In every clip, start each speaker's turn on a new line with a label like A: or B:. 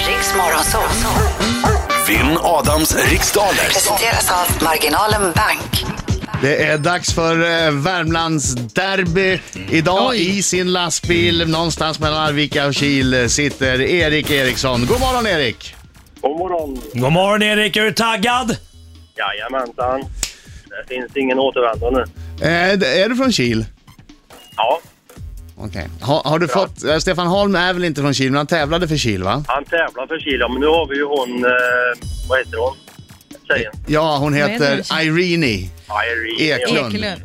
A: Morgonzoo.
B: Vinn Adams riksdaler.
A: Presenteras av Marginalen Bank.
C: Det är dags för eh, Värmlands derby. Idag i sin lastbil någonstans mellan Arvika och Kil eh, sitter Erik Eriksson. God morgon Erik!
D: God morgon.
E: God morgon Erik, är du taggad?
D: Jajamensan. Det finns ingen återvändo nu.
C: Eh, d- är du från Kil?
D: Ja,
C: Okej. Ha, har du fått... Eh, Stefan Holm är väl inte från Kil, men han tävlade för Kil va?
D: han tävlar för Chile, men nu har vi ju hon... Eh, vad heter hon? Tjejen?
C: Ja, hon
F: är det?
C: heter Irene
D: Irene. Ja.
C: Eklund.
F: Ekelund.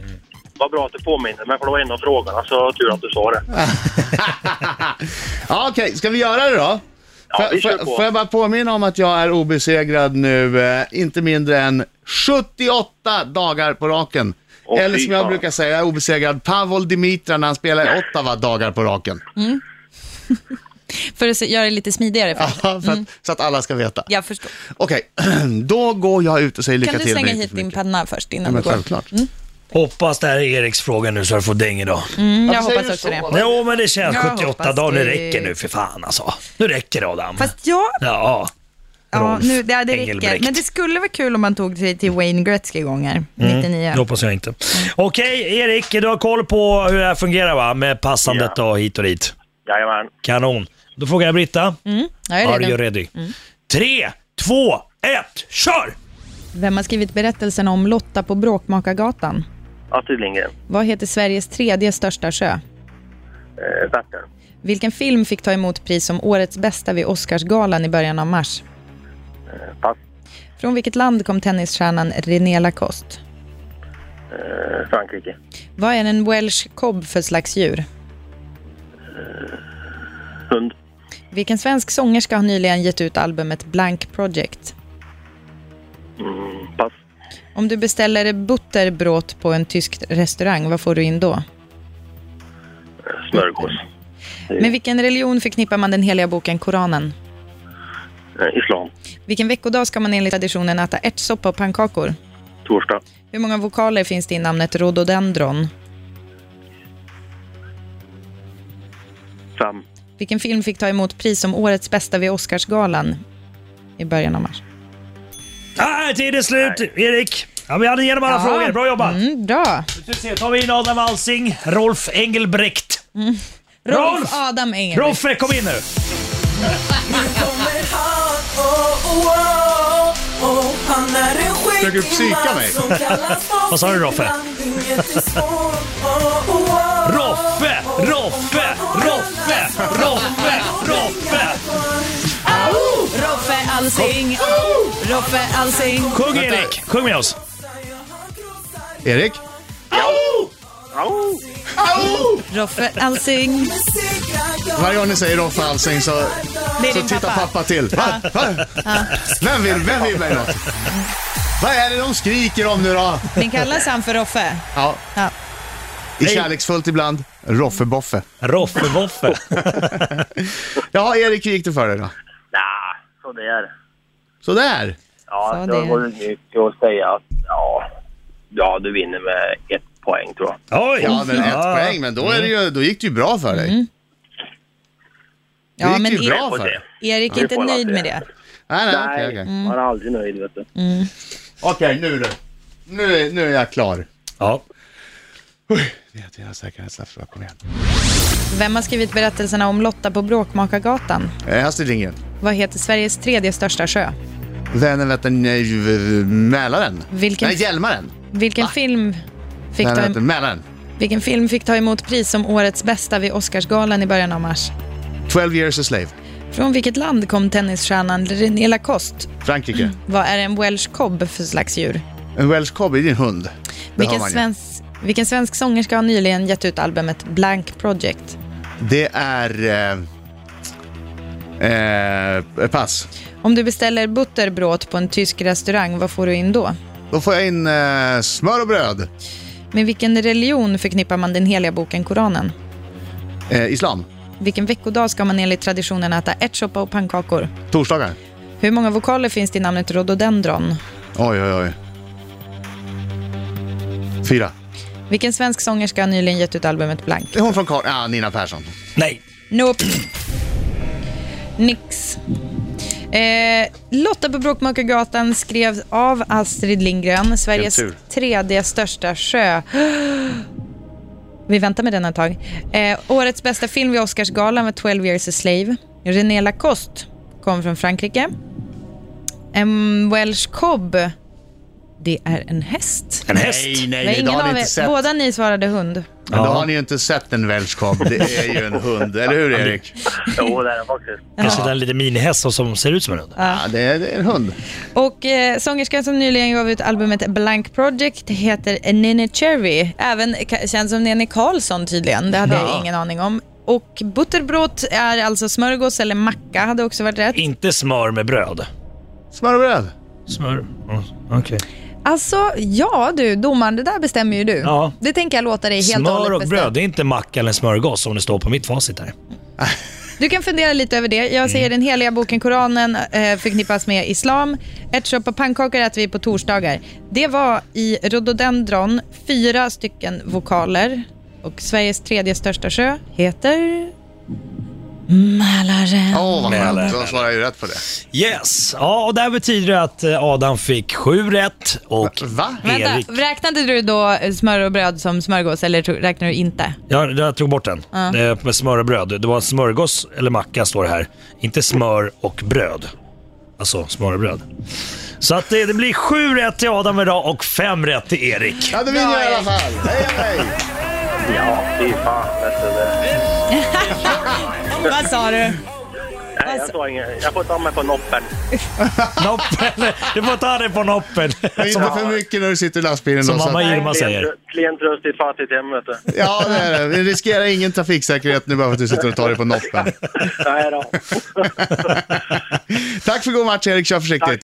D: Vad bra att du påminner mig, för det var en av frågorna, så tur att du sa det.
C: ja, Okej, ska vi göra det då?
D: Ja, vi
C: får,
D: kör
C: får,
D: på.
C: får jag bara påminna om att jag är obesegrad nu, eh, inte mindre än 78 dagar på raken.
D: Åh,
C: Eller
D: fy
C: som jag
D: fan.
C: brukar säga, jag är obesegrad Pavel Dimitra när han spelar i Ottawa dagar på raken.
D: Mm.
F: För att se- göra det lite smidigare. För.
C: Ja, för att,
D: Mm.
C: Så att alla ska veta.
F: Jag förstår.
C: Okej, då går jag ut och säger lycka
F: Kan du
C: till. men
F: slänga
C: inte
F: hit
C: för
F: din
C: mycket.
F: panna först
C: Ja,
F: innan
C: men
F: du går?
C: självklart.
D: Mm.
E: Hoppas det här är Eriks fråga nu så du får däng idag.
F: Mm, jag
C: Varför
F: hoppas
C: säger
F: också
C: du så?
F: det.
E: Jo men det känns
F: Jag
E: 78
F: hoppas
E: dagar, nu
F: det.
E: räcker nu för fan alltså. Nu räcker det Adam.
G: Fast jag...
E: Ja.
G: Ja,
E: Rolf
G: nu, det, det räcker.
E: Engelbrekt. Mm.
G: Men det skulle vara kul om man tog sig till Wayne Gretzky gånger, 99.
E: Det hoppas jag inte.
F: Mm.
E: Okej Erik, du har koll på hur det här fungerar va? Med passandet och hit och dit.
D: Jajamän.
E: Kanon. Då frågar jag Britta.
F: Jag är
E: Are you
F: Mm. redo. Mm.
E: ready? Tre, två, ett, kör!
F: Vem har skrivit berättelsen om Lotta på Bråkmakargatan?
D: Astrid Lindgren.
F: Vad heter Sveriges tredje största sjö?
D: Eh, Vättern.
F: Vilken film fick ta emot pris som årets bästa vid Oscarsgalan i början av mars?
D: Eh, Pass.
F: Från vilket land kom tennisstjärnan René Lacoste?
D: Eh, Frankrike.
F: Vad är en welsh cob för slags djur?
D: Hund.
F: Vilken svensk sångerska har nyligen gett ut albumet Blank Project?
D: Mm, pass.
F: Om du beställer butterbrot på en tysk restaurang, vad får du in då?
D: Eh, Smörgås.
F: Med vilken religion förknippar man den heliga boken Koranen?
D: Eh, islam.
F: Vilken veckodag ska man enligt traditionen äta ärtsoppa och pannkakor?
D: Torsdag.
F: Hur många vokaler finns det i namnet rhododendron?
D: Fem.
F: Vilken film fick ta emot pris som årets bästa vid Oscarsgalan i början av mars?
E: Nej, tiden är slut Erik. Ja, vi hade igenom alla frågor, bra jobbat.
F: Mm, bra.
E: Nu ska vi se, tar vi in Adam Alsing, Rolf Engelbrekt. Rolf!
F: Mm. Rolf Adam Engel.
E: Rolf, kom in nu!
H: kommer han, oh, oh, oh, oh. Han är en
C: Försöker du
H: skäggig
C: psyka mig?
H: man som kallas för
E: Vad sa du, Roffe?
H: Finland. Inget är svårt, oh, oh, oh.
E: Roffe, Roffe, Roffe, Roffe, Roffe!
G: Roffe Alsing! Roffe Alsing!
E: Sjung Erik, sjung med oss.
C: Erik?
D: Au!
G: Roffe Alsing!
C: Varje gång ni säger Rolf Alsing så,
G: Det är
C: så
G: din
C: tittar pappa,
G: pappa.
C: till. Va? Va? Vem vill, vem vill mig något?
D: Mm.
C: Vad är det de skriker om nu då?
G: Men kallas han för Roffe?
C: Ja.
G: Ja.
C: I kärleksfullt ibland, Roffe Boffe.
E: Roffe, Voffe.
C: Ja, Erik, hur gick det för dig då?
D: Nja, sådär.
C: Sådär.
D: Ja,
F: Sådär.
D: det var mycket att säga att ja, ja, du vinner med ett poäng tror jag.
E: Oj!
C: Ja, men ett
E: Ja.
C: poäng, men då, är det ju, då gick det ju bra för dig.
F: Mm.
C: Det
F: Ja,
C: gick
F: men
C: ju
F: E-
C: bra
D: Och
C: för dig.
D: det.
F: Erik är
D: Ja, vi
F: inte
D: får
F: nöjd
D: alla
F: med
D: se.
F: det.
C: Nej, nej, okej,
D: Nej,
C: okej. Mm.
D: man är aldrig nöjd vet du.
C: Okej, nu du. Nu, nu är jag klar.
E: Ja.
C: Vet jag har säkerhetsstraff, kom igen.
F: Vem har skrivit berättelserna om Lotta på Bråkmakargatan?
C: Eh, Astrid Lindgren.
F: Vad heter Sveriges tredje största sjö?
C: Vänern, Vättern, eh, v- v- Mälaren.
F: Vilken-
C: Nej, Hjälmaren.
F: Vilken film fick ta
C: Vänern,
F: emot
C: Vättern, Mälaren.
F: Vilken film fick ta emot pris som årets bästa vid Oscarsgalan i början av mars?
C: 12 years a slave.
F: Från vilket land kom tennisstjärnan René Lacoste?
C: Frankrike.
F: Vad är en welsh cob för slags djur?
C: En welsh cobby, det är en hund. Det har
F: Vilken
C: man ju.
F: svensk, vilken svensk sångerska har nyligen gett ut albumet Blank Project?
C: Det är... Eh, eh, pass.
F: Om du beställer butterbrot på en tysk restaurang, vad får du in då?
C: Då får jag in eh, smör och bröd.
F: Med vilken religion förknippar man den heliga boken Koranen?
C: Eh, islam.
F: Vilken veckodag ska man enligt traditionen äta ärtsoppa och pannkakor?
C: Torsdagar.
F: Hur många vokaler finns det i namnet rhododendron?
C: Oj, oj, oj. Fyra.
F: Vilken svensk sångerska har nyligen gett ut albumet Blank?
C: Det är hon från Karl... Ah, Nina Persson.
E: Nej.
F: Nope. Nix. Eh, Lotta på Bråkmakargatan skrevs av Astrid Lindgren, Sveriges
C: tur.
F: tredje största sjö. Vi väntar med den ett tag. Eh, årets bästa film vid Oscarsgalan var 12 years a slave. René Lacoste kom från Frankrike. En Welsh cob, det är en häst.
E: En häst.
C: Nej, nej, nej,
F: Nej,
C: det
F: ingen
C: har
F: av
C: ni
F: er-
C: inte sett.
F: Båda ni svarade hund.
C: Men då har ni ju inte sett en welsh cob. Det är ju en hund, eller hur Erik?
D: Jo, det är det faktiskt.
E: Kanske den liten minihäst som- som ser ut som en hund.
C: Ja, det är, det är en hund.
F: Och eh, sångerskan som nyligen gav ut albumet Blank Project heter Nene Cherry. Även ka- känd som Nene Karlsson tydligen, det hade jag ingen aning om. Och butterbrot är alltså smörgås eller macka, hade också varit rätt.
E: Inte smör med bröd.
C: Smör och bröd.
E: Smör? Mm, Okej.
F: Alltså, ja du, domaren, det där bestämmer ju du.
E: Ja.
F: Det tänker jag låta dig helt och
E: Smör
F: hållet
E: och
F: bestämma.
E: bröd, det är inte macka eller smörgås som det står på mitt facit här.
F: Du kan fundera lite över det. Jag säger den heliga boken Koranen eh, förknippas med islam. Ärtsoppa och pannkakor äter vi på torsdagar. Det var i rhododendron fyra stycken vokaler och Sveriges tredje största sjö heter Mälaren.
C: Åh, vad
E: Eller-
C: skönt. Då svarar jag ju rätt på det.
E: Yes! Ja, och det här betyder att eh, Adam fick sju rätt och
C: Va?
E: Erik...
F: Vänta, räknade du då smör och bröd som smörgås eller tro- räknar du inte?
E: Jag, jag tog bort den. Det med smör och bröd. Det var smörgås eller macka står det här. Inte smör och bröd. Alltså smör och bröd. Så att det, det blir sju rätt till Adam idag och fem rätt till Erik.
C: Ja, det vinner jag i alla fall. Hej, hej.
D: Ja, fy fan. Vet du, det.
F: Vad sa du?
D: Nej, jag, såg inget. jag får ta mig på noppen.
E: Noppen. Du får ta det på noppen.
C: Men inte för mycket när du sitter i lastbilen.
E: Som
C: då, så
E: mamma
C: att-
E: Irma säger.
D: Klen- Klen tröst i ett fattigt hem, vet du.
C: Ja, det är det. Vi riskerar ingen trafiksäkerhet nu bara för att du sitter och tar dig på noppen.
D: Nej då.
C: Tack för god match Erik, kör försiktigt.